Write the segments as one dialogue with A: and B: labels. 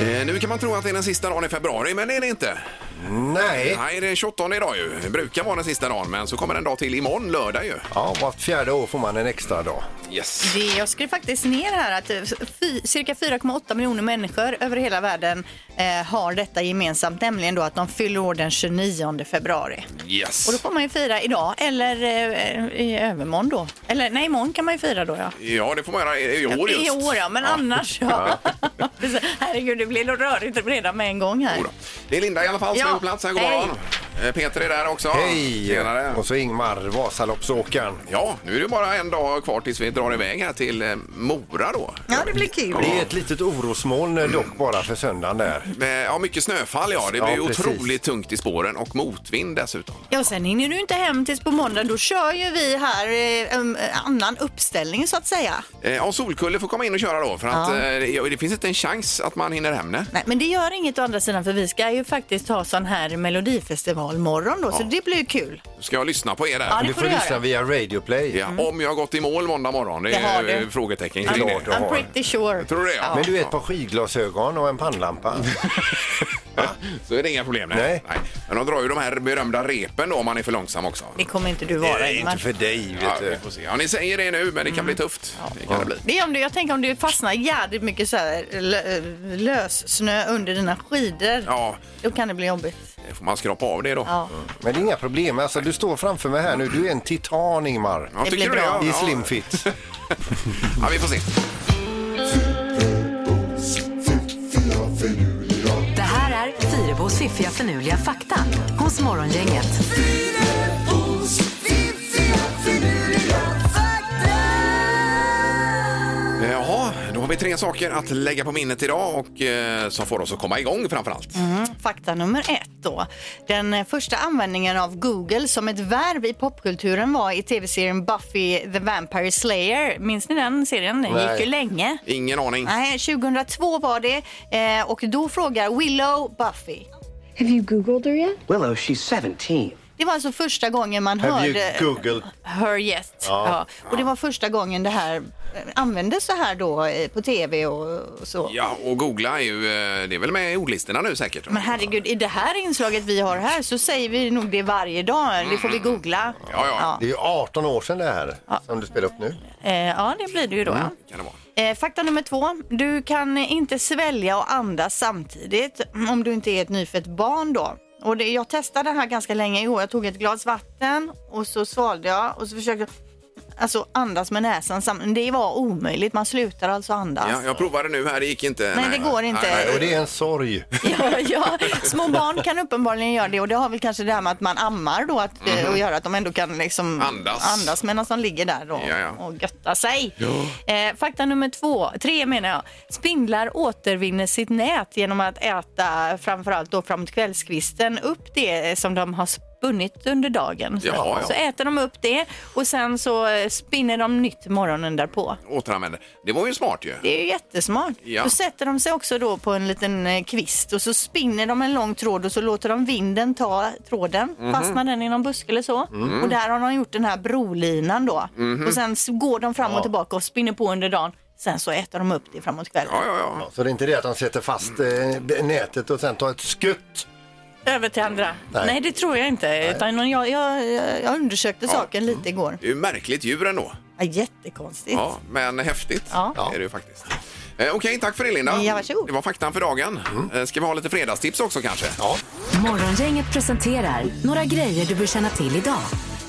A: Eh, Nu kan man tro att det är den sista dagen i februari, men det är det inte.
B: Nej.
A: Nej, det är 28 idag ju. Det brukar vara den sista dagen, men så kommer en dag till imorgon, lördag ju.
B: Ja, vart fjärde år får man en extra dag.
A: Yes.
C: Det, jag skrev faktiskt ner här att eh, fy, cirka 4,8 miljoner människor över hela världen eh, har detta gemensamt, nämligen då att de fyller år den 29 februari.
A: Yes.
C: Och då får man ju fira idag eller eh, i övermorgon då. Eller nej, imorgon kan man ju fira då ja.
A: Ja, det får man göra i i år just.
C: I år ja, men annars ja. Precis. Herregud, det blir nog rörigt redan med en gång här.
A: Jo då. Det är Linda i alla fall som är
C: Ja.
A: på plats här. God
C: Hej.
A: morgon. Eh, Peter är där också.
B: Hej!
A: Tjenare.
B: Och så Ingmar, Vasaloppsåkaren.
A: Ja, nu är det bara en dag kvar tills vi drar iväg här till eh, Mora då.
C: Ja, det blir kul.
B: Det är ett litet orosmoln eh, dock bara för söndagen där.
A: Med, Eh, ja, mycket snöfall ja. Det
B: Ja,
A: blir ju
B: precis.
A: otroligt tungt i spåren och motvind dessutom.
C: Ja, sen hinner du inte hem tills på måndag. Då kör ju vi här eh, en annan uppställning så att säga.
A: Eh, Ja, Solkulle får komma in och köra då för att
C: Ja.
A: eh, ja, det finns inte en chans att man hinner hem. Nej.
C: Nej, men det gör inget å andra sidan för vi ska ju faktiskt ha sån här melodifestival morgon då, så det blir ju kul.
A: Ska jag lyssna på er där?
C: Ja, det
B: Du
C: får
B: får
C: du
B: lyssna
C: göra. Mm.
B: via Radio Play.
A: Ja, Om jag har gått i mål måndag morgon, det
C: Det
A: är
C: har
A: det
C: du.
A: frågetecken
B: Ja,
A: kring
B: det har
A: det.
B: du.
C: I'm pretty sure.
A: Tror du det? Ja.
B: Men du är ett par skidglasögon och en pannlampa.
A: Så är det inga problem.
B: Nej.
A: Men de drar ju de här berömda repen då om man är för långsam också.
C: Det kommer inte du
B: Det
C: vara
B: är
C: Ingmar.
B: inte för dig,
A: Ja,
B: vet
A: vi
B: du.
A: får se. Ja, ni säger det nu, men det kan bli
C: Mm.
A: tufft. Det kan det bli.
C: Det är om du, jag tänker om du fastnar jädrigt mycket så här lö, lös snö under dina skidor.
A: Ja,
C: Då kan det bli jobbigt.
A: det får man skrapa av det då.
C: Ja.
B: Mm. Men det är inga problem. Alltså, du står framför mig här nu. Du är en titan, Ingmar.
A: Ja,
C: Det
A: tycker
C: blir
A: du
C: bra.
A: Ja,
B: I slimfit.
A: Ja, vi får se.
D: Det här är Fyrabos fiffiga förnuliga fakta hos Morgongänget.
A: Eh, Jaha, då har vi tre saker att lägga på minnet idag och eh, som får oss att komma igång framför allt.
C: Mm. Fakta nummer ett då. Den eh, första användningen av Google som ett verb i popkulturen var i tv-serien Buffy the Vampire Slayer. Minns ni den serien? Den
B: Nej.
C: gick ju länge.
A: Ingen aning.
C: Nej, 2002 var det eh, och då frågar Willow Buffy.
E: Have you Googled her yet?
F: Willow, she's 17.
C: Det var alltså första gången man
B: Have you
C: hörde
B: Googled?
C: her yet. Ja. Och det var första gången det här eh, användes så här då eh, på tv och och så.
A: Ja, och googla är ju, eh, det är väl med i ordlistorna nu säkert.
C: Men herregud, i det här inslaget vi har här så säger vi nog det varje dag. Det får vi googla.
A: Ja, ja.
B: Det är ju 18 år sedan det här som du spelar upp nu.
C: Ja, eh, ja det blir det ju då. Ja.
A: Mm, Kan det vara.
C: Eh, fakta nummer två. Du kan inte svälja och andas samtidigt om du inte är ett nyfött barn då. Och det, jag testade det här ganska länge i år. Jag tog ett glas vatten och så svalde jag och så försökte jag alltså, andas med näsan samtidigt. Det var omöjligt. Man slutar alltså andas.
A: Ja, jag provade nu här, det gick inte.
C: Nej, det går inte.
A: Nej,
B: Och det är en sorg.
C: Ja, ja. Små barn kan uppenbarligen göra det och det har väl kanske det här med att man ammar då att, eh, och göra att de ändå kan liksom
A: Mhm. Andas.
C: andas medan de ligger där då
A: Ja, ja.
C: och götta sig. Eh, fakta nummer två, tre menar jag. Spindlar återvinner sitt nät genom att äta framförallt då framåt kvällskvisten upp det som de har spunnit under dagen. Så,
A: Ja, ja.
C: så äter de upp det och sen så eh, spinner de nytt morgonen därpå.
A: återanvänder. Det var ju smart ju.
C: Det är ju jättesmart.
A: Ja.
C: Då sätter de sig också då på en liten eh, kvist och så spinner de en lång tråd och så låter de vinden ta tråden,
A: Mhm.
C: fastnar den i någon buske eller så. Och där har de gjort den här brolinan då.
A: Mhm.
C: Och sen s- går de fram och tillbaka och spinner på under dagen. Sen så äter de upp det framåt kvällen.
A: Ja, ja, ja.
B: Så det är inte det att de sätter fast eh, b- nätet och sen tar ett skutt.
C: Över till andra.
B: Nej.
C: Nej, det tror jag inte. Utan någon- jag, jag, jag- jag undersökte saken lite igår.
A: Det är ju märkligt djur ändå.
C: Ja, jättekonstigt.
A: Mm. Ja, men häftigt
C: Ja.
A: är det ju faktiskt. Eh, Okej, tack för det Linda.
C: Ja, varsågod.
A: Det var faktan för dagen. Mm. Ska vi ha lite fredagstips också kanske?
D: Morgongänget presenterar några grejer du bör känna till idag.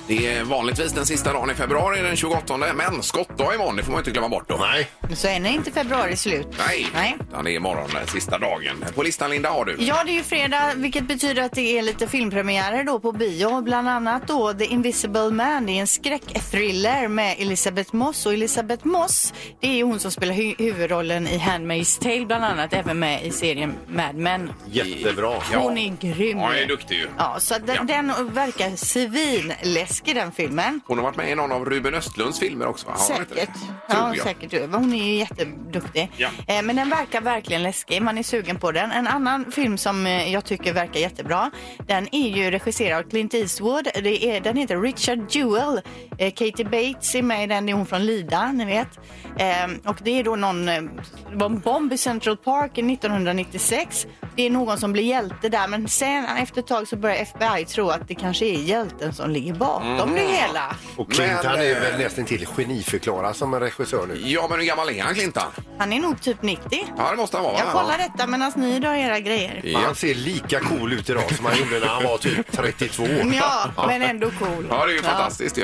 A: Det är vanligtvis den sista dagen i februari, den 28. Men skottdag imorgon, det får man inte glömma bort då.
B: Nej.
C: Så än är inte februari slut.
A: Nej,
C: Nej.
A: utan det är imorgon, den sista dagen. På listan Linda har du.
C: Ja, det är ju fredag, vilket betyder att det är lite filmpremiärer då på bio. Bland annat då The Invisible Man. Det är en skräckthriller med Elisabeth Moss. Och Elisabeth Moss, det är ju hon som spelar hu- huvudrollen i Handmaid's Tale bland annat. Även med i serien Mad Men.
B: Jättebra.
C: Hon är grym.
A: Ja, jag är duktig ju.
C: Ja, så den,
A: Ja.
C: den verkar svinläskig. fantastisk i den filmen.
A: Hon har varit med i någon av Ruben Östlunds filmer också va? Har hon inte det?
C: Säkert.
A: Tror
C: Ja,
A: jag.
C: säkert. Hon är ju jätteduktig.
A: Ja.
C: Eh, Men den verkar verkligen läskig. Man är sugen på den. En annan film som eh, jag tycker verkar jättebra, den är ju regisserad av Clint Eastwood. Det är, den heter Richard Jewell. Eh, Katie Bates är med i den. Det är hon från Lida, ni vet. Eh, Och det är då någon... eh, Det var en bomb i Central Park 1996. Det är någon som blir hjälte där, men sen efter ett tag så börjar FBI tro att det kanske är hjälten som ligger bakom det
B: Mm.
C: hela.
B: Och Clint
A: Mm. Men,
B: han är
A: eh,
B: väl nästan till geniförklarad som en regissör nu.
A: Ja, men hur gammal är han, Clintan?
C: Han är nog typ 90.
A: Ja, det måste han vara.
C: Jag
A: va?
C: kollar detta medan ni drar era grejer.
A: Ja.
B: Han ser lika cool ut idag som han gjorde när han var typ 32.
C: Mm, Ja, men ändå cool.
A: Ja, det är ju fantastiskt ju.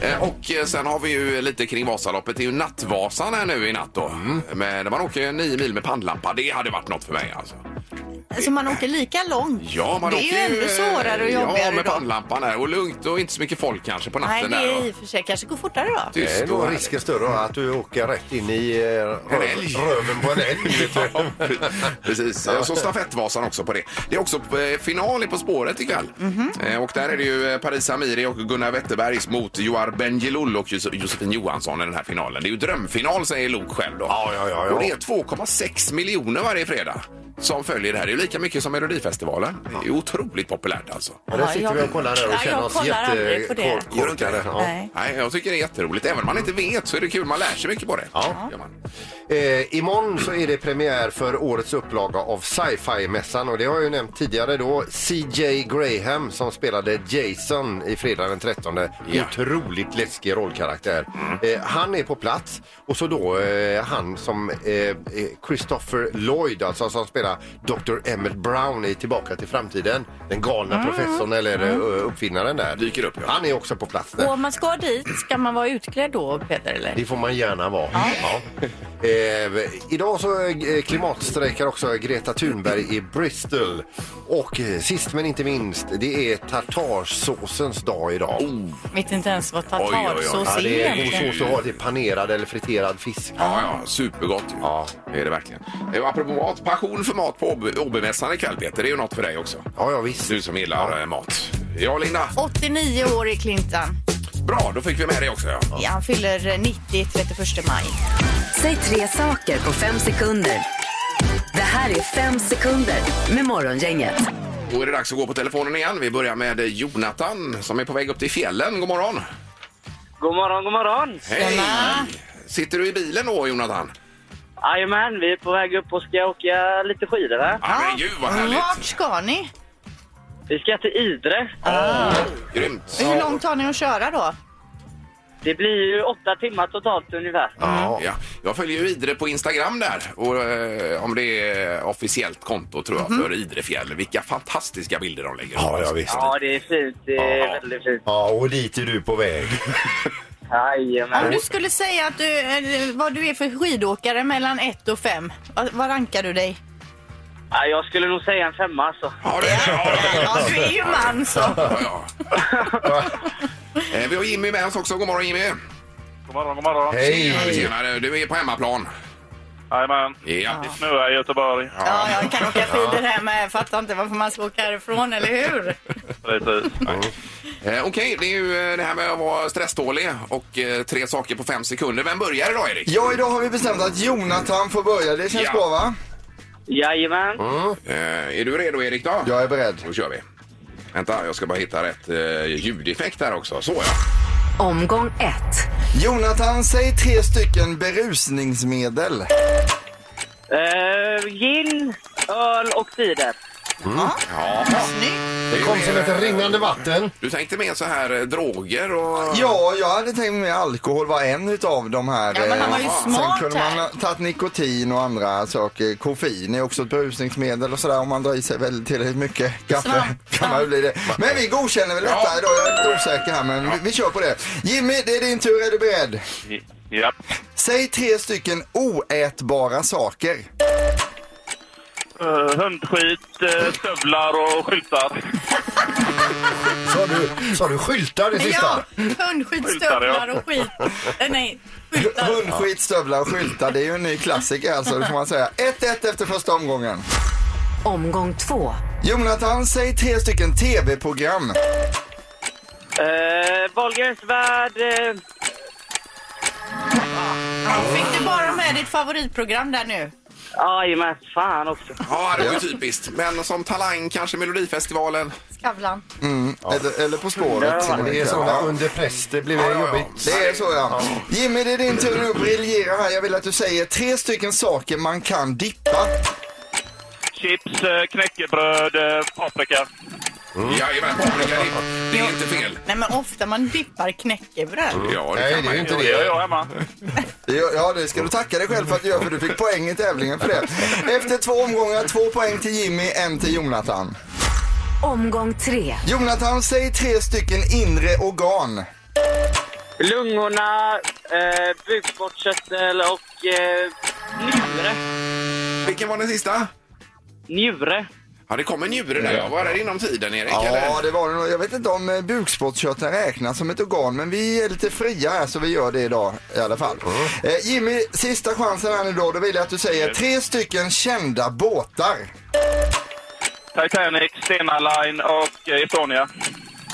A: Eh, Och eh, sen har vi ju lite kring Vasaloppet. Det är ju Nattvasan här nu i natt då.
B: Mm.
A: Men man åker ju nio mil med pannlampa. Det hade varit något för mig alltså.
C: Så man åker lika långt.
A: Ja, man
C: det är
A: åker eh,
C: ju ändå svårare och jobbigare
A: Ja, med
C: då.
A: pannlampan här. Och lugnt och inte så mycket folk kanske på
C: Nej,
A: natten
C: det
A: där.
C: är i
A: och
C: och för sig kanske går fortare då.
B: Det är
A: Tyst och
B: nog
A: härligt.
B: risken större att du åker rätt in i eh,
A: En
B: rö-
A: älg.
B: röven på en älg. Vet du.
A: Ja, Precis, och så stafettvasan också på det. Det är också eh, final i På spåret ikväll.
C: Mhm.
A: Eh, Och där är det ju eh, Paris Amiri och Gunnar Wetterbergs mot Joar Bendjelloul och Jos- Josefin Johansson i den här finalen. Det är ju drömfinal säger Lok själv då.
B: Ja, ja, ja, ja.
A: Och det är 2,6 miljoner varje fredag som följer det här. Det är ju lika mycket som Melodifestivalen. Det är otroligt populärt alltså.
B: Ja, där sitter
C: Ja,
B: vi
C: jag-
B: och kollar där
C: Ja,
B: och känner
C: jag
B: oss
C: kollar aldrig på det.
A: Gör du inte det?
B: jättekorkade. Ja.
C: Nej.
A: Nej, jag tycker det är jätteroligt. Även om man inte vet så är det kul. Man lär sig mycket på det.
B: Ja.
A: Gör man.
B: Eh, imorgon så är det premiär för årets upplaga av sci-fi-mässan och det har jag ju nämnt tidigare då. CJ Graham som spelade Jason i fredag den 13.
A: Ja. Mm.
B: Otroligt läskig rollkaraktär. Eh, han är på plats och så då eh, han som eh, eh, Christopher Lloyd, alltså som spelar Dr. Emmett Brown i Tillbaka till framtiden. Den galna professorn eller eh, uppfinnaren där.
A: Mm. Dyker upp, ja.
B: Han är också på plats där.
F: Och om man ska dit, ska man vara utklädd då, Peter? Eller?
B: Det får man gärna vara. Ja. Eh, idag så eh, klimatstrejkar också Greta Thunberg i Bristol. Och eh, sist men inte minst, det är tartarsåsens dag idag.
F: Vet inte ens vad
A: Oh, oj, oj.
F: tartarsås
B: ja,
F: är
B: det är god
F: egentligen.
B: sås att ha till panerad eller friterad fisk.
A: Ja, ja, supergott ju.
B: Ja.
A: Det är det verkligen. Eh, Och apropå mat, passion för mat på Åby- Åbymässan ikväll Peter, det är ju något för dig också.
B: Ja, ja visst.
A: Du som gillar eh, mat. Ja, Linda.
C: 89 år i Clinton.
A: Bra, då fick vi med det också. Ja.
C: Ja, han fyller eh, 90 31 maj.
D: Säg tre saker på fem sekunder. Det här är fem sekunder med Morgongänget.
A: Då är det dags att gå på telefonen igen. Vi börjar med eh, Jonathan som är på väg upp till fjällen. God morgon!
G: God morgon, god morgon!
A: Hej! Sitter du i bilen då, Jonathan?
G: Jajamän, vi är på väg upp och ska åka lite skidor här.
A: Ja, men gud vad
C: Vart
A: härligt!
C: ska ni?
G: Vi ska till Idre.
A: Grymt!
C: Hur långt har ni att köra då?
G: Det blir ju åtta timmar totalt ungefär.
B: Ja.
A: Ja, jag följer ju Idre på Instagram där. Och, eh, om det är officiellt konto tror jag för Idrefjäll. Vilka fantastiska bilder de lägger
B: Mhm. Ja,
A: upp.
B: ja, visst.
G: Ja, det är fint. Det är
A: Ja.
G: väldigt fint.
B: Ja, och dit är du på väg.
C: Om
G: Jajamän.
C: du skulle säga att du, eh, vad du är för skidåkare mellan 1 och 5, vad, vad rankar du dig?
G: Ja, jag skulle nog säga en femma alltså.
A: Ja, det är, ja, ja,
C: Ja, du är ju man så.
A: Ja, ja. Eh, Vi har Jimmy med oss också. God morgon Jimmy!
H: God morgon, god morgon.
A: Tjenare,
B: Hej!
A: Tjenare, du är på hemmaplan.
H: Jajamän.
A: Ja.
H: Nu är jag i Göteborg.
C: Ja, jag kan åka skidor här med. Jag fattar inte varför man ska åka härifrån, eller hur?
H: Precis.
A: Eh, Okej, det är ju eh, det här med att vara stresstålig och eh, tre saker på fem sekunder. Vem börjar idag Erik?
I: Ja, idag har vi bestämt att Jonathan får börja. Det känns
A: Ja.
I: bra va?
G: Jajamän.
A: Eh, Är du redo Erik då?
I: Jag är beredd.
A: Då kör vi. Vänta, jag ska bara hitta rätt eh, ljudeffekt här också. Så ja.
D: Omgång ett.
I: Jonathan, säg tre stycken berusningsmedel.
G: Eh, gin, öl och cider.
B: Det kom som ett rinnande vatten.
A: Du tänkte mer så här eh, droger och...
I: Ja, jag hade tänkt mig alkohol var en utav de här.
C: Ja, men han var ju
I: eh,
C: smart
I: Sen kunde man
C: här.
I: ha tagit nikotin och andra saker. Koffein är också ett berusningsmedel och sådär om man drar i sig väldigt tillräckligt mycket kaffe.
C: Svamp.
I: Kan man ju bli det. Men vi godkänner väl detta
A: Ja.
I: idag. Jag är lite osäker här men vi, vi kör på det. Jimmy, det är din tur. Är du beredd?
H: Ja.
I: Säg tre stycken oätbara saker.
H: Uh, hundskit, eh, stövlar och skyltar.
B: Sa du, sa du skyltar det
C: Ja,
B: sista?
C: hundskitstövlar och skit. Eh, Nej, skyltar.
I: Hundskit, stövlar och skyltar. Det är ju en ny klassiker alltså, det får man säga. 1-1 efter första omgången.
D: Omgång två.
I: Jonathan, säg tre stycken tv-program.
G: Eh, Dagens värld. eh,
C: Fick du bara med ditt favoritprogram där nu?
G: Jajamän, fan också.
A: Ja, det var ju typiskt. Men som talang kanske Melodifestivalen.
C: Skavlan.
I: Eller, eller På spåret.
G: Ja,
B: Det är sådana under press, det blir väl jobbigt.
I: Det är så ja. Jimmy, det är din tur att briljera här. Jag vill att du säger tre stycken saker man kan dippa.
H: Chips, eh, knäckebröd, eh, paprika.
I: Mm.
A: Jajamän, paprika. Det, det är inte fel.
C: Nej men ofta man dippar knäckebröd.
A: Ja, det
B: Nej,
A: kan
B: det
A: man
B: är ju
A: ju.
B: inte
H: Det gör
B: det.
H: jag hemma.
I: Ja, ja, det ska du tacka dig själv för att du gör, för du fick poäng i tävlingen för det. Efter två omgångar, två poäng till Jimmy, en till Jonathan.
D: Omgång tre.
I: Jonathan, säg tre stycken inre organ.
G: Lungorna, eh, bukspottkörtel och eh, njure.
A: Vilken var den sista?
G: Njure.
A: Ja, det kommer njure där. ja. Var det inom tiden, Erik?
I: Ja,
A: eller?
I: det var det nog. Jag vet inte om eh, bukspottkörteln räknas som ett organ, men vi är lite fria här så vi gör det idag i alla fall. Eh, Jimmy, sista chansen här nu då. Då vill jag att du säger tre stycken kända båtar.
H: Titanic, Stena Line och eh, Estonia.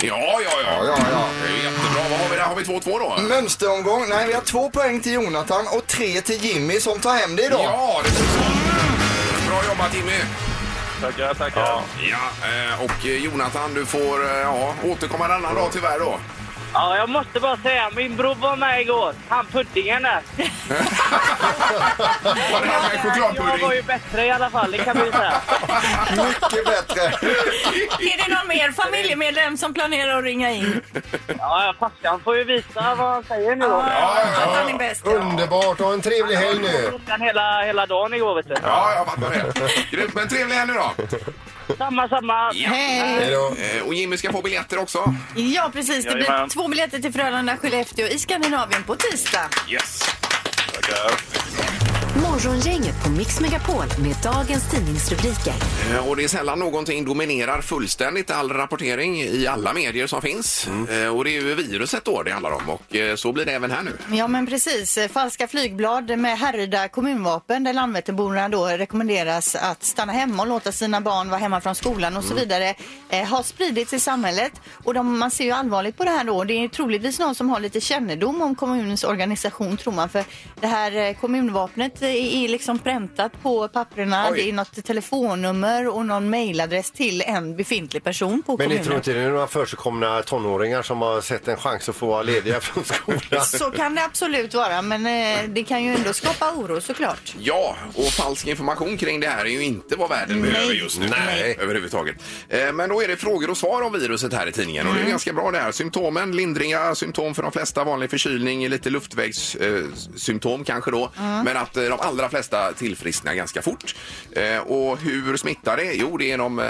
A: Ja, ja, ja.
I: Ja, ja.
A: Det är ju jättebra. Vad har vi där? Har vi 2-2 då?
I: Mönsteromgång. Nej, vi har två poäng till Jonathan och tre till Jimmy som tar hem det idag.
A: Ja, det är så. Bra jobbat, Jimmy.
H: Tackar, tackar. Ja.
A: Ja, eh, och eh, Jonathan, du får eh, ja, återkomma en annan dag tyvärr då.
G: Ja, jag måste bara säga, min bror var med igår. Han puddingen där.
A: Var det här med
G: Jag var ju
A: chokladpudding?
G: bättre i alla fall, det kan vi ju säga.
I: Mycket bättre.
F: Är det någon mer familjemedlem som planerar att ringa in?
G: Ja, farsan får ju visa vad han säger nu då.
F: Att han är bäst. Ja.
B: Underbart, ha en trevlig helg nu.
G: Klockan hela, hela dagen igår, vet du.
A: Ja, jag fattar det. Grymt, men trevlig helg nu då.
G: Samma, samma.
C: Hej!
B: Hej då.
A: Eh, Och Jimmy ska få biljetter också.
C: Ja precis, det blir
H: Jajamän.
C: två biljetter till Frölunda, Skellefteå i Skandinavien på tisdag.
A: Yes.
H: Tackar.
D: Morgongänget på Mix Megapol med dagens tidningsrubriker.
A: Eh, Och det är sällan någonting dominerar fullständigt all rapportering i alla medier som finns.
H: Mm.
A: Eh, Och det är ju viruset då det handlar om och eh, så blir det även här nu.
C: Ja men precis, falska flygblad med härjda kommunvapen där Landvetterborna då rekommenderas att stanna hemma och låta sina barn vara hemma från skolan och
B: Mm.
C: så vidare eh, har spridits i samhället och de, man ser ju allvarligt på det här då. Det är troligtvis någon som har lite kännedom om kommunens organisation tror man för det här eh, kommunvapnet är, är liksom präntat på papperna.
A: Oj.
C: Det är något telefonnummer och någon mejladress till en befintlig person på
B: Men ni
C: kommunen.
B: tror inte det är några försigkomna tonåringar som har sett en chans att få vara lediga från skolan?
C: Så kan det absolut vara men eh, det kan ju ändå skapa oro såklart.
A: Ja, och falsk information kring det här är ju inte vad världen behöver just nu.
B: Nej.
A: Överhuvudtaget. Eh, Men då är det frågor och svar om viruset här i tidningen. Och det är ganska bra det här. Symptomen, lindriga symptom för de flesta, vanlig förkylning, lite luftvägssymptom eh, symptom kanske då. Men att eh, de allra flesta tillfrisknar ganska fort. Eh, och hur smittar det? Jo, det är genom eh,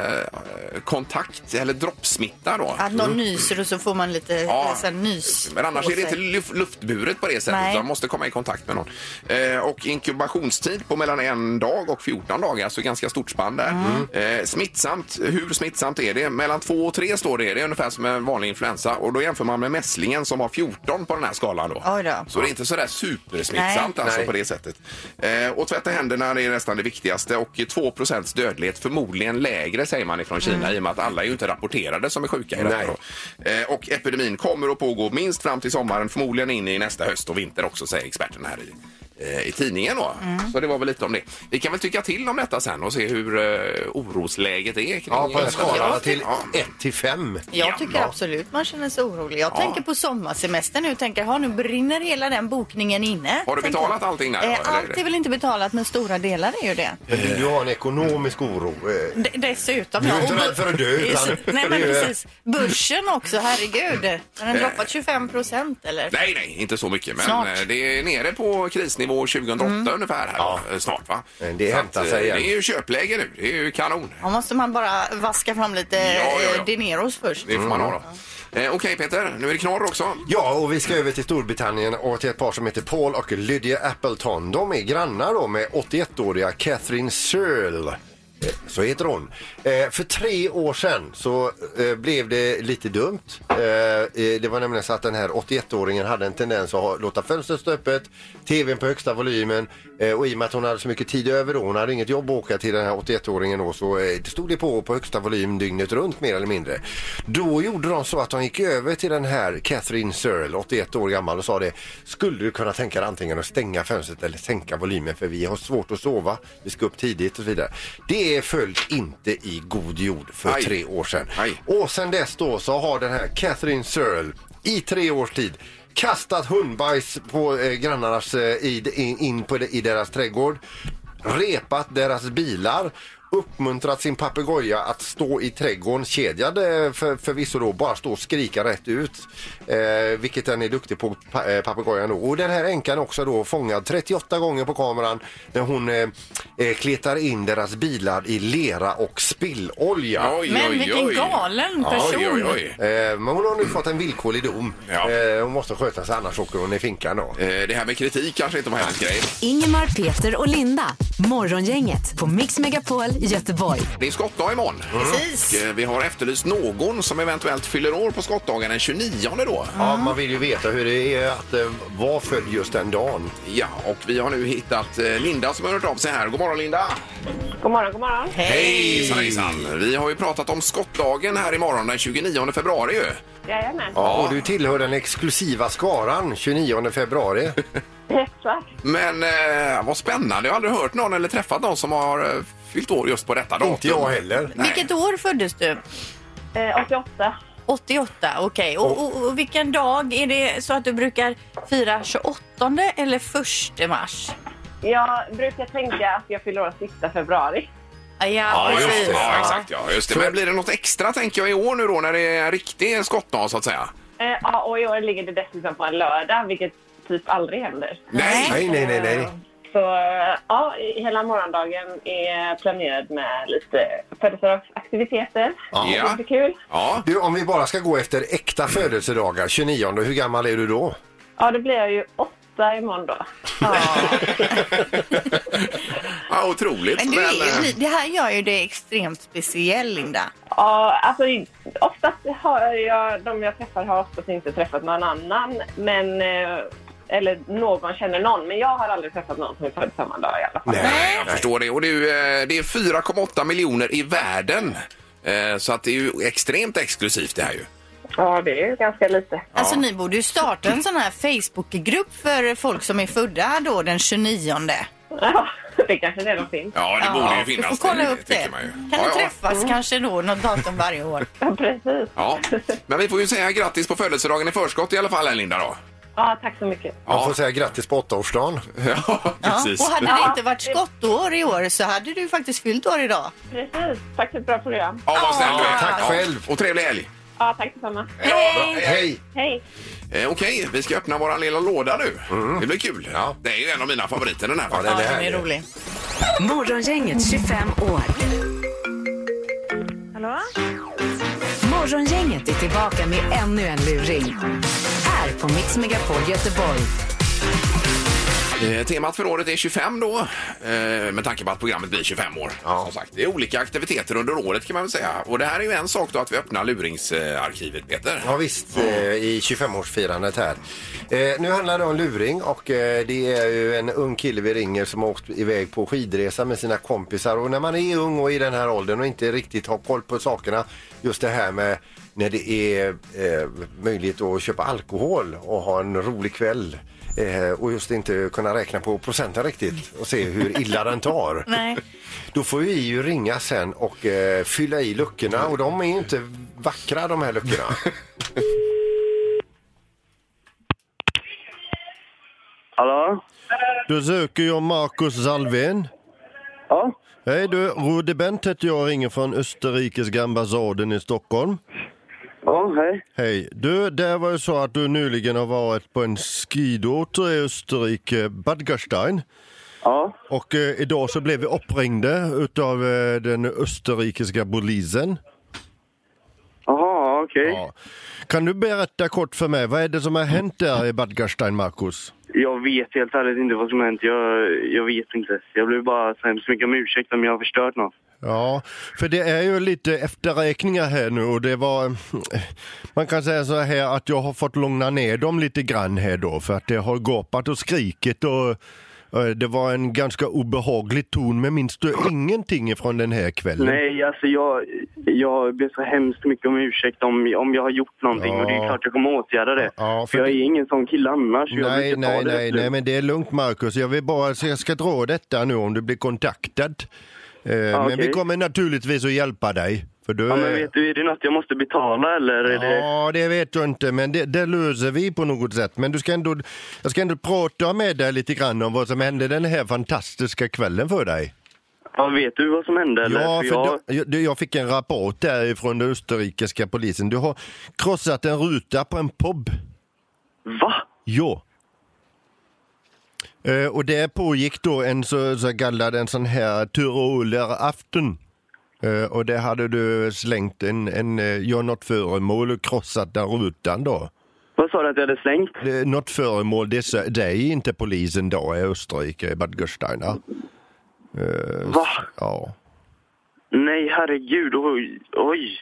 A: kontakt eller droppsmitta då. Mm.
C: Att någon nyser och så får man lite
A: Ja.
C: ja. sen nys.
A: Men annars
C: på
A: är det inte
C: sig.
A: luf- luftburet på det sättet.
C: Nej.
A: utan Man måste komma i kontakt med någon. Eh, och inkubationstid på mellan en dag och 14 dagar, alltså ganska stort spann där.
C: Mm.
A: Eh, smittsamt, hur smittsamt är det? Mellan 2 och 3 står det. Det är ungefär som en vanlig influensa. Och då jämför man med mässlingen som har 14 på den här skalan då.
C: Oj då.
A: Så det är inte sådär supersmittsamt
B: Nej.
A: alltså
B: Nej.
A: på det sättet. Eh, och tvätta händerna det är nästan det viktigaste och 2 dödlighet förmodligen lägre säger man ifrån Kina i och med att alla är ju inte rapporterade som är sjuka i detta
B: Mm. Nej.
A: då. Eh, Och epidemin kommer att pågå minst fram till sommaren, förmodligen in i nästa höst och vinter också, säger experterna här i, eh, i tidningen. Då.
B: Mm.
A: Så det var väl lite om det. Vi kan väl tycka till om detta sen och se hur eh, orosläget är. Kring
B: Ja, på en
A: detta.
B: skala till
A: Ja.
B: 1 till 5.
C: Jag tycker absolut man känner sig orolig. Jag
A: Ja.
C: tänker på sommarsemestern nu. Tänker, ha, nu brinner hela den bokningen inne.
A: Har du
C: Tänker-
A: betalat allting där,
C: Eh,
A: då, eller?
C: allt är väl inte betalat men stora delar är ju det.
B: Du har en ekonomisk oro. eh,
F: D- dessutom.
B: Du är
F: ja.
B: inte
F: Och bu-
B: rädd för att dö, utan-
F: Nej men
B: det är-
F: precis. Börsen också, herregud. Den har
A: Eh.
F: droppat 25 procent eller?
A: Nej, nej, inte så mycket. Men
C: Snart.
A: eh, det är nere på krisnivå 2008 ungefär här eh, snart va?
B: Men det
A: Så att,
B: hämtar
A: eh,
B: sig igen.
A: Det är ju köpläge nu. Det är ju kanon.
C: Då måste man bara vaska fram lite
A: Ja, ja, ja.
C: eh, dineros först.
A: Det får man ha då. Eh, Okej Peter, nu är det knorr också.
B: Ja, och vi ska över till Storbritannien och till ett par som heter Paul och Lydia Appleton. De är grannar då med 81-åriga Catherine Searle. Eh, Så heter hon. Eh, för tre år sedan så eh, blev det lite dumt. Eh, eh, det var nämligen så att den här 81-åringen hade en tendens att ha, låta fönstret stå öppet, tvn på högsta volymen eh, och i och med att hon hade så mycket tid över då, hon hade inget jobb att åka till den här 81-åringen då så eh, det stod det på på högsta volym dygnet runt mer eller mindre. Då gjorde de så att de gick över till den här Catherine Searle, 81 år gammal och sa det, skulle du kunna tänka dig antingen att stänga fönstret eller sänka volymen för vi har svårt att sova, vi ska upp tidigt och så vidare. Det föll inte i god jord för
A: Aj.
B: tre år sedan.
A: Aj.
B: Och sen dess då så har den här Catherine Searle i tre års tid kastat hundbajs på eh, grannarnas, eh, i, in, in på de, i deras trädgård, repat deras bilar uppmuntrat sin papegoja att stå i trädgården, kedjad eh, för, förvisso då, bara stå och skrika rätt ut. Eh, vilket den är duktig på, pa, eh, papegojan. då. Och den här änkan också då fångad 38 gånger på kameran när hon eh, eh, kletar in deras bilar i lera och spillolja.
A: Oj,
F: Men
A: oj,
F: vilken
A: oj.
F: galen person.
A: Oj, oj, oj.
B: Eh, men hon har nu fått en villkorlig dom.
A: Ja.
B: Eh, hon måste sköta sig annars åker hon i finkan då.
A: Eh, Det här med kritik kanske inte var hennes grej.
D: Ingemar, Peter och Linda. Morgongänget på Mix Megapol Göteborg.
A: Det är skottdag imorgon.
F: Precis.
A: Och, eh, Vi har efterlyst någon som eventuellt fyller år på skottdagen den 29 då.
B: Ja, man vill ju veta hur det är att eh, vara född just den dagen.
A: Ja, och vi har nu hittat eh, Linda som har hört av sig här. God morgon Linda!
G: God morgon, god morgon.
A: Hej! Hejsan, hejsan. Vi har ju pratat om skottdagen här imorgon den 29 februari ju.
G: Jajamän.
B: Ja. Och du tillhör den exklusiva skaran 29 februari.
G: Exakt.
A: Men eh, vad spännande, jag har aldrig hört någon eller träffat någon som har eh, fyllt år just på detta datum.
B: Inte jag heller.
A: Nej.
F: Vilket år föddes du?
G: Eh, 88.
F: 88, okej. Och, och, och vilken dag? Är det så att du brukar fira 28 eller 1 mars?
G: Jag brukar tänka att jag fyller år sista februari.
F: Ja, precis.
A: Ja, exakt. Ja, just det. Men blir det något extra tänker jag i år nu då när det är en riktig skottdag så att säga?
G: Eh, ja, och i år ligger det dessutom på en lördag, vilket typ aldrig händer.
A: Nej!
B: Nej, nej, nej, nej.
G: Så eh, ja, i- hela morgondagen är planerad med lite födelsedagsaktiviteter.
A: Ja.
G: Det är lite kul.
A: Ja,
B: Du, om vi bara ska gå efter äkta födelsedagar, 29, hur gammal är du då?
G: Ja, då blir jag ju åtta imorgon då.
A: ja otroligt.
F: Men du är
A: eh,
F: ju, li- det här gör ju dig extremt speciell, Linda.
G: Ja, alltså oftast har jag, de jag träffar har oftast inte träffat någon annan. Men, eh, eller någon känner någon, men jag har aldrig träffat någon som är född samma dag i alla fall.
A: Nej, jag förstår det. Och det är, ju, eh, det är 4,8 miljoner i världen. Eh, Så att det är ju extremt exklusivt det här ju.
G: Ja, det är ju ganska lite.
F: Alltså ni borde ju starta en sån här Facebookgrupp för folk som är födda då den 29.
G: Ja, det kanske redan finns. Mm.
A: Ja, det borde ju
F: du
A: finnas.
F: får kolla upp det.
A: tycker man ju.
F: Kan
A: ja,
F: ni
A: ja.
F: träffas kanske då något datum varje år?
G: Ja, precis.
A: Ja, men vi får ju säga grattis på födelsedagen i förskott i alla fall, än, Linda. Då.
G: Ja, tack så mycket.
B: Man får säga grattis på åttaårsdagen.
A: Ja,
F: Ja.
A: precis.
F: Och hade det
G: Ja.
F: inte varit skottår i år så hade du faktiskt fyllt år idag.
G: Precis. Tack för ett bra program.
A: Ja, vad snäll du är.
B: Tack
A: Ja.
B: själv.
A: Och trevlig helg.
G: Ja, tack detsamma.
B: Hej!
G: Hej!
A: Eh, Okej, vi ska öppna vår lilla låda nu. Det blir kul. Det är ju en av mina favoriter den här.
B: Mm. Ja,
A: faktiskt.
B: den
F: Ja,
B: är
F: den är
B: härlig.
F: rolig.
D: Morgongänget 25 år.
G: Hallå?
D: Morgongänget är tillbaka med ännu en luring. Här på Mix Megapol Göteborg.
A: Eh, Temat för året är 25 då, eh, med tanke på att programmet blir 25 år. Som sagt. Det är olika aktiviteter under året kan man väl säga. Och det här är ju en sak då att vi öppnar eh, luringsarkivet, Peter.
B: Ja, visst, eh, i 25-årsfirandet här. Eh, nu handlar det om luring och eh, det är ju en ung kille vi ringer som har åkt iväg på skidresa med sina kompisar. Och när man är ung och i den här åldern och inte riktigt har koll på sakerna, just det här med när det är eh, möjligt att köpa alkohol och ha en rolig kväll. Eh, och just inte kunna räkna på procenten riktigt och se hur illa den tar.
F: Nej.
B: Då får vi ju ringa sen och eh, fylla i luckorna och de är ju inte vackra de här luckorna.
H: Hallå?
B: Då söker jag Marcus Salven.
H: Ja?
B: Hej du, Rode Bent heter jag och ringer från Österrikes ambassaden i Stockholm.
H: Ja, hej.
B: Hej. Du, det var ju så att du nyligen har varit på en skidort i Österrike, Bad Gastein.
H: Ja.
B: Och eh, idag så blev vi uppringda utav eh, den österrikiska polisen.
H: Jaha, okej. okej.
J: Ja. Kan du berätta kort för mig, vad är det som har hänt där i Bad Gastein, Marcus?
H: Jag vet helt ärligt inte vad som har hänt. Jag, jag vet inte. Jag blev bara så hemskt mycket om ursäkt om jag har förstört något.
J: Ja, för det är ju lite efterräkningar här nu och det var... Man kan säga så här att jag har fått lugna ner dem lite grann här då för att det har gapat och skrikit och eh, det var en ganska obehaglig ton men minns du ingenting från den här kvällen?
H: Nej, alltså jag, jag ber så hemskt mycket om ursäkt om, om jag har gjort någonting.
J: Ja.
H: Och det är klart jag kommer åtgärda det.
J: Ja,
H: för jag är ingen sån kille annars. Jag
J: Nej,
H: brukar ta
J: nej,
H: det
J: nej,
H: lugnt.
J: nej, men det är lugnt Marcus. Jag vill bara, så jag ska dra detta nu om du blir kontaktad. Eh, Men vi
H: okej.
J: kommer naturligtvis att hjälpa dig. För du,
H: Ja, men
J: är-
H: vet du, är det något jag måste betala eller? Är det...
J: Ja, det vet du inte, men det, det löser vi på något sätt. Men du ska ändå, jag ska ändå prata med dig lite grann om vad som hände den här fantastiska kvällen för dig.
H: Ja, vet du vad som hände eller?
J: Ja,
H: För
J: för
H: jag...
J: då- jag, jag fick en rapport därifrån den österrikiska polisen. Du har krossat en ruta på en pub.
H: Va?
J: Jo. Eh, och det pågick då en så, så kallad en sån här tyrolerafton. Eh, och det hade du slängt en, en, eh, ja, något föremål och krossat den rutan då.
H: Vad sa du att jag hade slängt?
J: Det är Något föremål, det är, det är inte polisen då i Österrike, i Bad Gasteina. Eh,
H: Va?
J: Ja.
H: Nej, herregud. Oj. oj.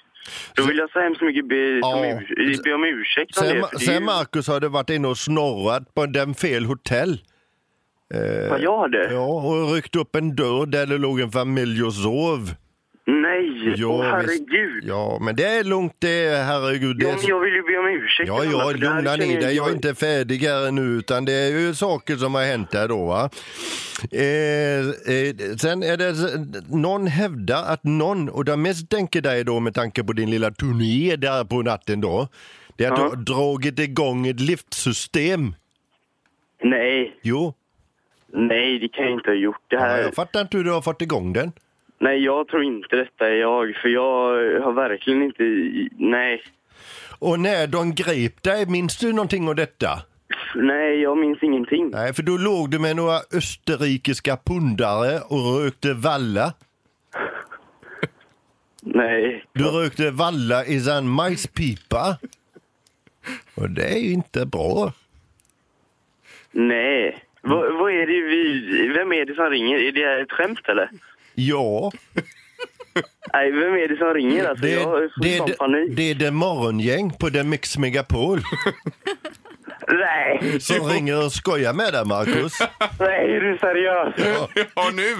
H: Då vill jag så hemskt mycket be,
J: Ja.
H: om, ur, be om ursäkt om
J: Sen,
H: det.
J: Ma-
H: för det är
J: sen
H: ju-
J: Marcus hade varit inne och snorrat på den fel hotell. Eh,
H: Vad jag hade?
J: Ja, och ryckt upp en dörr där det låg en familj och sov.
H: Nej,
J: Ja,
H: åh
J: visst.
H: herregud.
J: Ja, men det är lugnt det, är- herregud. Det
H: Ja,
J: är
H: men
J: så...
H: jag vill ju be om ursäkt.
J: Ja, ja,
H: Anna, för det här
J: lugna
H: känner
J: ner dig. Jag är
H: jag-
J: inte färdig här nu, utan det är ju saker som har hänt här då. Va? Eh, eh, sen är det, någon hävdar att någon, och jag misstänker dig då med tanke på din lilla turné där på natten då, det är att du
H: Ja.
J: har dragit igång ett liftsystem.
H: Nej,
J: Jo,
H: nej, det kan jag inte ha gjort. Det här...
J: jag fattar inte hur du har fått igång den.
H: Nej, jag tror inte detta är jag, för jag har verkligen inte... Nej,
J: Och när de grep dig, minns du någonting av detta?
H: nej, jag minns ingenting.
J: Nej, för då låg du med några österrikiska pundare och rökte valla.
H: Nej,
J: Du rökte valla i en majspipa. Och det är ju inte bra.
H: nej. Vad,
J: Mm.
H: vad är det vi... Vem är det som ringer? Är det här ett skämt eller?
J: Ja,
H: Nej, vem är det som ringer? Alltså,
J: det,
H: jag får
J: det,
H: sån
J: det,
H: panik.
J: det är det morgongäng på The Mix Megapol
H: Nej,
J: som ringer och skojar med dig, Marcus.
H: nej, är du seriös?
A: Ja, nu!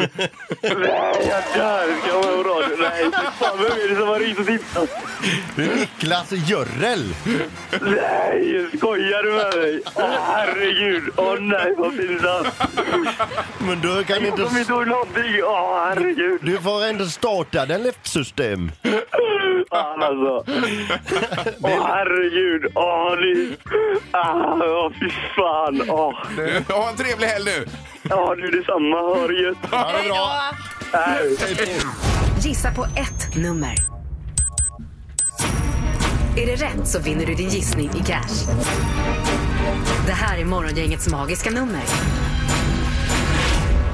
H: Nej, jag dör! Ska jag vara på radio? Nej, fy fan, vem är det som har ringt och tittat?
J: Det är Niklas Görrel.
H: Nej, skojar du med mig? Åh, herregud! Åh nej, vad pinsamt!
J: Men du kan
H: Jag
J: inte...
H: kommer inte ihåg någonting! Åh, herregud!
J: Du får ändå starta den liftsystem.
H: Fan alltså! Åh herregud! Åh nu! Ah, åh, fy fan! Åh,
A: Nu, Ha en trevlig helg nu!
H: åh nu detsamma! Ha det gött!
J: Ja, det är bra.
H: Nej.
D: Gissa på ett nummer. Är det rätt så vinner du din gissning i cash. Det här är Morgongängets magiska nummer.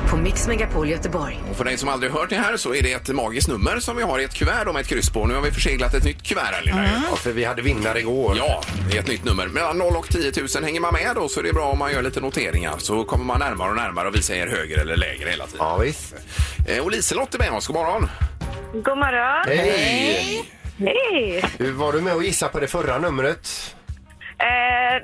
D: På Mix Megapol Göteborg.
A: Och för dig som aldrig hört det här så är det ett magiskt nummer som vi har i ett kuvert då med ett kryss på. Nu har vi förseglat ett nytt kuvert här, Linda.
B: Ja, för vi hade vinnare igår.
A: Ja, det är ett nytt nummer. Mellan 0 och 10 000 hänger man med då så är det bra om man gör lite noteringar så kommer man närmare och närmare och vi säger högre eller lägre hela tiden.
B: Ja, visst.
A: Eh, Och Liselott är med oss, god morgon.
G: God morgon.
B: Hej!
G: Hej!
B: Hur Var du med och gissa på det förra numret?
G: Eh,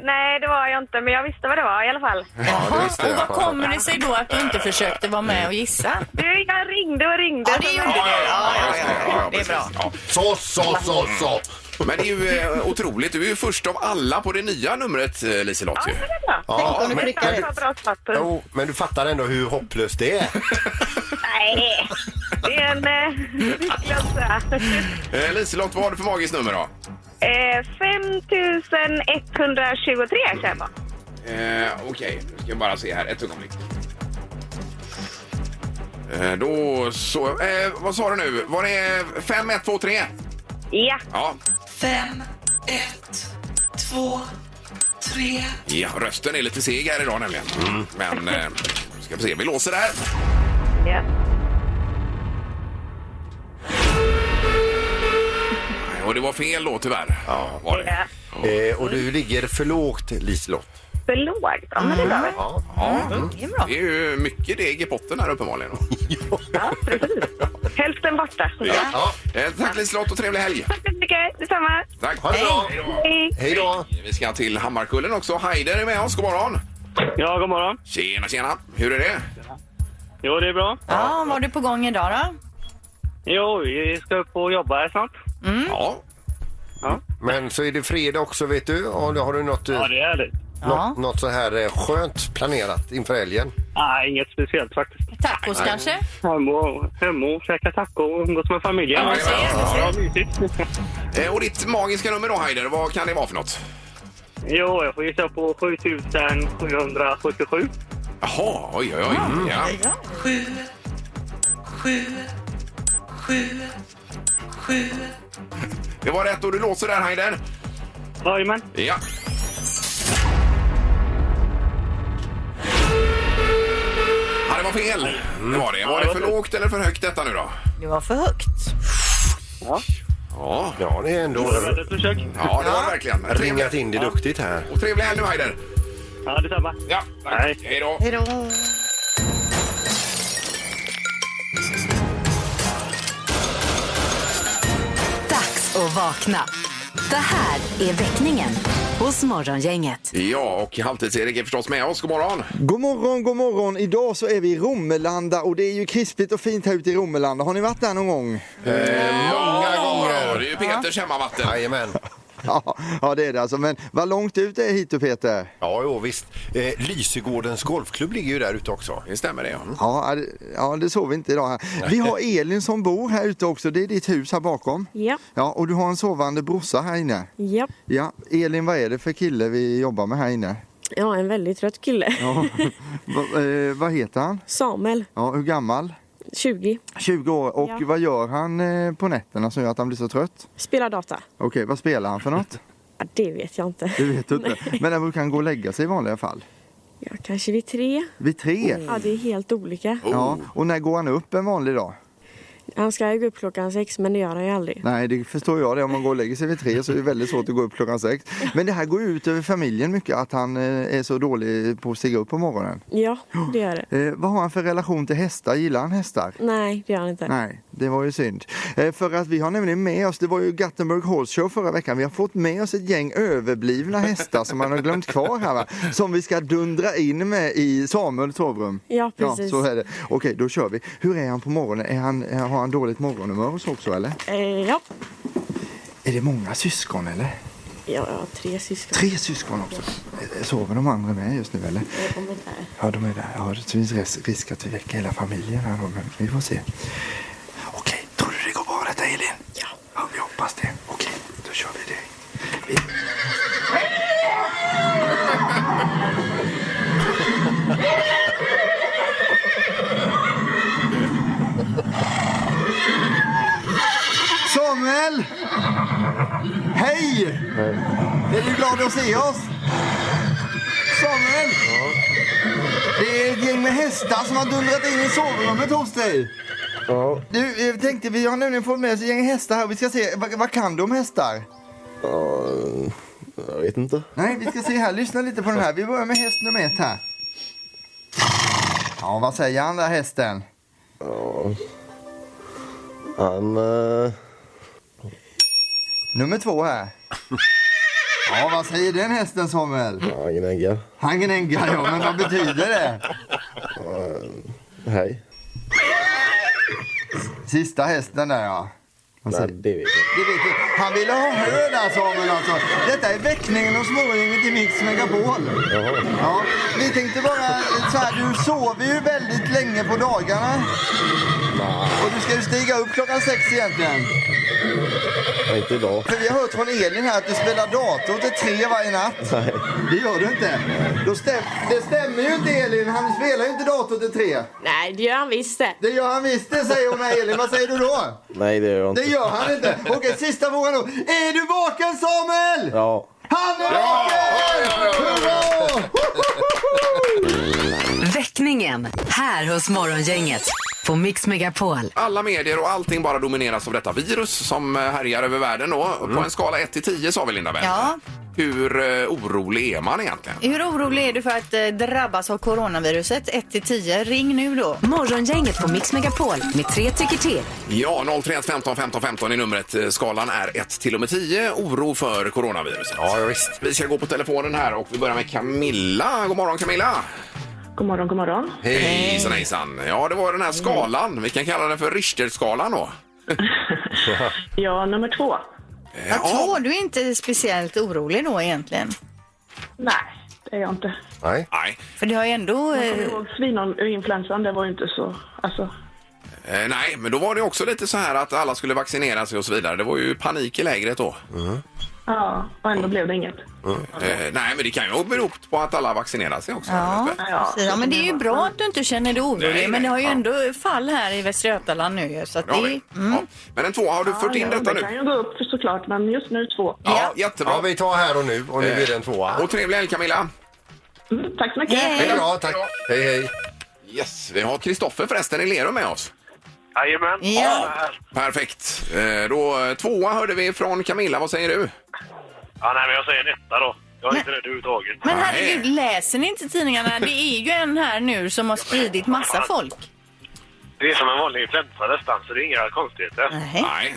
G: nej, det var jag inte, men jag visste vad det var i alla fall.
B: Ja, du visste
F: Och vad kommer det sig då att du inte försökte vara med och gissa?
G: Du, jag ringde och ringde.
F: Ja, det gjorde du. Ja, ja,
A: just
F: ja, det är
A: precis.
F: bra.
A: Ja.
B: Så, så, så, så!
A: Men det är ju eh, otroligt, du är ju först av alla på det nya numret eh, Liselott. ju.
G: bra.
B: Ja,
C: om du
B: men,
C: klickar
B: men,
G: Det var bra svar på.
B: jo, men du fattar ändå hur hopplöst det är.
G: Nej, det är en... eh, det skulle jag säga.
A: Eh, Liselott, vad har du för magiskt nummer då?
G: Eh, 5123 känner jag.
A: Eh, Okej, nu ska jag bara se här ett ögonblick. Eh, då så, eh, vad sa du nu? Var det 5, 1, 2, 3?
G: Ja,
A: Ja.
K: Fem, ett, två, tre.
A: ja, rösten är lite seg här idag nämligen.
B: Mm.
A: Men eh, ska vi se, vi låser där.
G: ja.
A: Nej, och det var fel då tyvärr. Ja, var det.
B: Eh, och du ligger för lågt, Liselott. Mm.
G: För lågt? Ja, men det är
K: Mm.
G: bra. Mm.
B: Ja.
A: Det, är ju mycket deg i potten här uppenbarligen.
G: Hälften borta.
A: Ja. Eh, tack Liselott och trevlig helg.
G: Tack så mycket. Detsamma.
A: Tack.
G: Ha det bra. Hej. Hej.
A: Hej då. Vi ska till Hammarkullen också. Heider är med oss. God morgon.
H: Ja, god morgon.
A: Tjena, tjena. Hur är det?
H: Jo, det är bra.
F: Ja, vad har du på gång idag då?
H: Jo, vi ska upp och jobba här snart.
F: Mm.
A: Ja.
B: Men så är det fredag också, vet du. Och då har du något, eh,
H: Ja, det är det.
B: nå- något så här eh, skönt planerat inför helgen?
H: Nej, inget speciellt faktiskt.
F: Tacos
H: Nej.
F: kanske?
H: Hemma och, hemma och käka taco och umgås med familjen.
A: Ja, ja, ja.
H: Ja, mysigt.
A: Eh, och ditt magiska nummer då Heider, vad kan det vara för något?
H: Jo, jag får gissa på 7777.
A: Jaha, oj, oj, oj. Mm,
G: Mm.
A: Ja.
K: Sju, sju, sju, sju.
A: Det var rätt och du låser där Heider.
H: Jajamän.
A: Ja. Ja, det var fel. Det var det. Var det för lågt eller för högt detta nu då?
C: Det var för högt.
A: Ja,
B: ja det är ändå...
H: Ett försök.
A: Ja, det var det verkligen.
B: Ringat in det duktigt här.
A: Och trevlig helg nu Heider.
H: Ja, detsamma.
A: Ja, tack.
H: Hej.
A: Hej då.
C: Hej då.
D: Dags att vakna. Det här är väckningen hos Morgongänget.
A: Ja, och Halvtids-Erik är förstås med oss. God morgon.
L: God morgon, god morgon. Idag så är vi i Romelanda och det är ju krispigt och fint här ute i Romelanda. Har ni varit där någon gång?
A: Eh, Många gånger. Det är ju Peters hemmavatten.
B: Jajamän.
L: Ja, ja, det är det alltså. Men vad långt ut det är hit och Peter?
B: Ja, jo, visst. Eh, Lysegårdens golfklubb ligger ju där ute också.
A: Det stämmer det. ja.
L: Ja, det- ja, det såg vi inte idag. Här. Vi har Elin som bor här ute också. Det är ditt hus här bakom.
M: Ja.
L: Ja, och du har en sovande brorsa här inne.
M: Ja.
L: Ja, Elin, vad är det för kille vi jobbar med här inne?
M: ja, en väldigt trött kille.
L: Ja. Va, eh, vad heter han?
M: Samuel,
L: Ja, hur gammal?
M: 20,
L: 20 år. Och
M: Ja.
L: vad gör han eh, på nätterna som gör att han blir så trött?
M: spelar data.
L: Okej, vad spelar han för något?
M: Ja, det vet jag inte.
L: Det vet du inte. Men när brukar han gå och lägga sig i vanliga fall?
M: Ja, kanske vid tre.
L: Vid tre?
M: Mm. Ja, det är helt
F: Oh.
M: olika.
L: Ja, och när går han upp en vanlig dag?
M: Han ska ju gå upp klockan sex, men det gör han ju aldrig.
L: Nej, det förstår jag det. Om man går och lägger sig vid tre så är det väldigt svårt att gå upp klockan sex. Men det här går ju ut över familjen mycket, att han eh, är så dålig på att stiga upp på morgonen.
M: Ja, det gör det.
L: Eh, vad har han för relation till hästar? Gillar han hästar?
M: Nej, det gör han inte.
L: Nej, det var ju synd. Eh, För att vi har nämligen med oss, det var ju Gothenburg Horse Show förra veckan, vi har fått med oss ett gäng överblivna hästar som man har glömt kvar här va? Som vi ska dundra in med i Samuels sovrum.
M: Ja, precis.
L: så är det. Okej, då kör vi. Hur är han på morgonen? Är han, eh, har han dåligt morgonhumör och så också eller?
M: Eh, ja.
L: Är det många syskon eller?
M: ja, jag har tre syskon.
L: Tre syskon också. Eh, Sover de andra med just nu eller?
M: Eh, De är där.
L: Ja, de är där. Ja, det finns res- risk att vi väcker hela familjen här då, men vi får se. Okej, tror du det går bra detta Elin? Ja. Ja, vi hoppas det. Okej, då kör vi det. Vi... Samuel! Hej! Är du glad att se oss? Samuel! Det är ett gäng med hästar som har dundrat in i sovrummet hos dig.
N: Ja,
L: Du, jag tänkte, vi har nämligen fått med oss ett gäng hästar här. Vi ska se, vad, vad kan du om hästar?
N: ja, jag vet inte.
L: Nej, vi ska se här. Lyssna lite på den här. Vi börjar med häst nummer ett här. Ja, vad säger han där hästen?
N: Ja. Han... eh,
L: Nummer två här. Ja, vad säger den hästen Samuel?
N: Ja, han gnäggar.
L: Han gnäggar ja, men vad betyder det?
N: Eh, Hej.
L: Sista hästen där ja.
N: Nej, det vet jag
L: Det vet du. Han ville ha hö där Samuel alltså. Detta är väckningen hos morgongänget i Mix Megapol. Ja, vi tänkte bara så här, du sover ju väldigt länge på dagarna. Och du ska ju stiga upp klockan sex egentligen.
N: Nej, inte idag.
L: För vi har hört från Elin här att du spelar dator till tre varje natt.
N: Nej.
L: Det gör du inte. Då stäm, det stämmer ju inte Elin, han spelar ju inte dator till tre.
M: Nej, det gör han visst det.
L: Det gör han visst det säger hon här Elin, vad säger du då?
N: Nej, det gör jag inte.
L: Det gör han inte. Okej, sista frågan då. Är du vaken Samuel?
N: Ja.
L: Han är vaken! Hurra!
D: Väckningen här hos Morgongänget. på Mix Megapol.
A: Alla medier och allting bara domineras av detta virus som eh, härjar över världen då. På en skala 1 till 10 sa vi Linda Bell.
C: Ja.
A: Hur eh, orolig är man egentligen?
C: Hur orolig är du för att eh, drabbas av coronaviruset? 1 till 10. Ring nu då.
D: Morgongänget på Mix Megapol med tre tycker till.
A: Ja, 031 15 15 15 är numret. Eh, Skalan är 1 till och med 10. Oro för coronaviruset. Ja, visst. Vi ska gå på telefonen här och vi börjar med Camilla. God morgon Camilla!
O: God morgon, god morgon.
A: Hej. Hejsan hejsan! Ja, det var den här skalan. Vi kan kalla den för Richterskalan då.
O: Ja, nummer två.
C: Jag tror du är inte speciellt orolig då egentligen.
O: Nej, det är jag inte.
A: Nej. Nej.
C: För det har ju ändå...
O: Man
C: eh,
O: kommer ihåg svininfluensan, det var ju inte så... Alltså,
A: Eh, nej, men då var det också lite så här att alla skulle vaccinera sig och så vidare. Det var ju panik i lägret då.
B: Mm,
O: ja, och ändå blev det inget.
A: Eh, nej, men det kan ju bero på att alla vaccinerar sig också.
C: Ja,
O: Ja,
C: precis. ja, men det är ju bra att du inte känner dig orolig.
A: Nej,
C: men det har ju
A: nej,
C: ändå fall här i Västra Götaland nu ju, så att
A: Det har
C: det...
A: vi. Ja. Men en tvåa, har du fört in
O: ja,
A: detta
O: det
A: nu?
O: kan ju gå upp för såklart, men just nu två.
A: Ja, jättebra.
B: Ja, vi tar här och nu och nu
A: Eh,
B: är det en tvåa.
A: Och trevlig helg Camilla!
O: Mm, tack så mycket.
B: Hej då, tack. Hej, hej.
A: Yes, vi har Kristoffer förresten i Lerum med oss.
P: Jajamän.
C: Ja.
A: Perfekt. Eh, då, eh, tvåa hörde vi från Camilla, vad säger du?
P: Ja, nej, men jag säger en etta då. Jag är inte rädd överhuvudtaget.
C: Men herregud, läser ni inte tidningarna? Det är ju en här nu som har spridit massa folk.
P: Det är som en vanlig influensa nästan, så det är inga konstigheter.
A: Nej.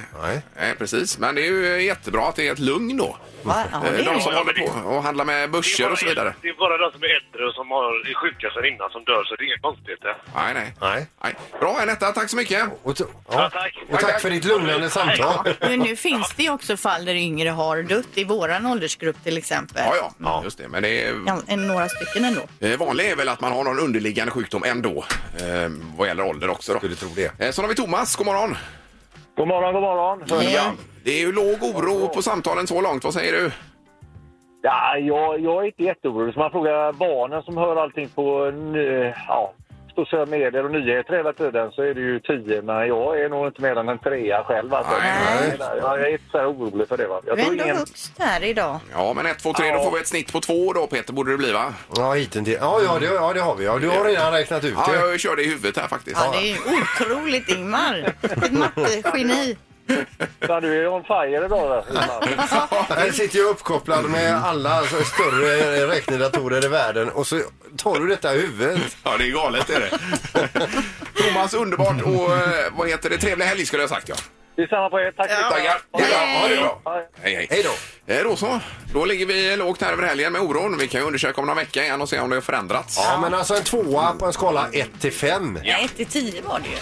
A: Nej. precis. Men det är ju eh, jättebra att det är ett lugn då.
C: Va? Ja, det
A: Eh,
C: är
A: De
C: det.
A: som håller på och handlar med börser och så vidare.
P: Det är bara de som är äldre och som har är sjuka sedan innan som dör, så det är inga konstigheter.
A: Nej, nej. nej. Bra en etta, tack så mycket.
B: Och, t-
P: Ja, tack.
B: och tack för ditt lugnande samtal.
C: Men nu finns det ju också fall där yngre har dött i våran åldersgrupp till exempel.
A: Ja, ja, just det. Men det är...
C: Ja, en- Några stycken ändå.
A: Eh, Vanligt är väl att man har någon underliggande sjukdom ändå, eh, vad gäller ålder också. Då. Skulle tro det. Eh, sen har vi Thomas, god morgon.
P: God morgon, god morgon.
A: Ja. Det är ju låg oro på samtalen så långt, vad säger du?
P: Ja, jag, jag är inte jätteorolig. Så man frågar barnen som hör allting på ny- ja, sociala medier och nyheter hela tiden så är det ju tio. Men jag är nog inte mer än en trea själv. Alltså. Jag är inte så här orolig för det. Va? Jag
C: Du är
P: tror
C: ändå
P: ingen...
C: högst här idag.
A: Ja, men 1, 2, 3, då får vi ett snitt på 2 då Peter, borde det bli va?
B: Ja, hittills. Ja, ja, det, ja, det har vi. Ja, du har redan räknat ut
A: Ja,
B: det.
A: jag körde i huvudet här faktiskt.
C: Ja, det är ju otroligt Ingmar. Ett mattegeni.
P: Ja, du är on fire idag. va?
B: Här sitter jag uppkopplad med alla så- större räknedatorer i världen och så tar du detta i huvudet.
A: Ja, det är galet är det. Thomas, underbart och eh, vad heter det? Trevlig helg skulle jag ha sagt ja.
P: Detsamma på er. Tack så mycket.
A: Tackar. Ja, ha det bra. Hej, hej. Hej då. Eh, då så. Då ligger vi lågt här över helgen med oron. Vi kan ju undersöka om någon vecka igen och se om det har förändrats.
B: Ja, men alltså en tvåa på en skala 1 till 5.
C: Ja. 1 till 10 var det ju.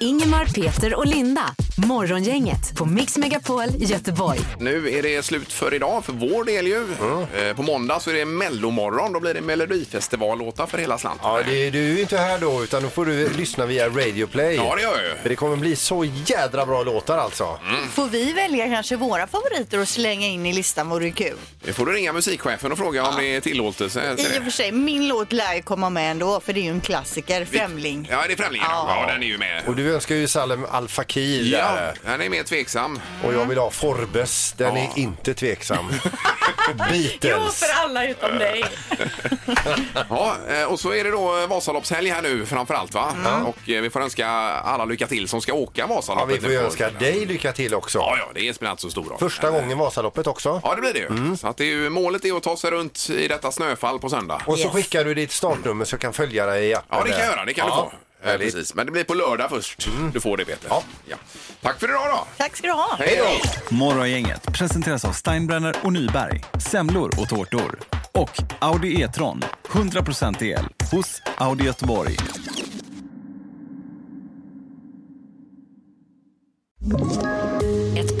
D: Ingemar, Peter och Linda. Morgongänget på Mix Megapol Göteborg.
A: Nu är det slut för idag, för vår del ju. Eh, På måndag så är det mellomorgon. Då blir det Melodifestivallåtar för hela slanten.
B: Ja, det, du är ju inte här då, utan då får du lyssna via Radio Play.
A: Ja, det gör jag ju. Mm.
B: För det kommer bli så jädra bra låtar alltså.
C: Får vi välja kanske våra favoriter och slänga in i listan vore ju kul.
A: Nu får du ringa musikchefen och fråga om det är tillåtelse. till
C: I och
A: det.
C: för sig, min låt lär ju komma med ändå för det är ju en klassiker, Främling.
A: Ja, det är Främlingen. Ja. ja, den är ju med.
B: Och du önskar ju Salem Al Fakir
A: Ja,
B: där.
A: han är mer tveksam.
B: Och jag vill ha Forbes. Den är inte tveksam. Beatles.
C: alla
A: Eh.
C: utom dig.
A: Ja, eh, och så är det då Vasaloppshelg här nu framför allt va? Och eh, vi får önska alla lycka till som ska åka
B: Ja,
A: Vasaloppet.
B: vi får ju önska dig lycka till också.
A: Ja, ja, det är spelar inte så stor roll.
B: Första gången Vasaloppet också.
A: Ja, det blir det ju.
B: Mm.
A: Så att det är ju, målet är att ta sig runt i detta snöfall på söndag.
B: Och så skickar du ditt startnummer så jag kan följa dig i appen.
A: Ja, det kan jag
B: där.
A: göra. Det kan
B: Ja. Mm.
A: du få. Eh, Precis. Men det blir på lördag först. Du får det, Peter. Ja. Tack för idag då!
C: Tack ska du ha.
Q: Morgongänget presenteras av Steinbrenner och Nyberg. Semlor och tårtor. Och Audi E-tron. 100% el hos Audi Göteborg.
R: Ett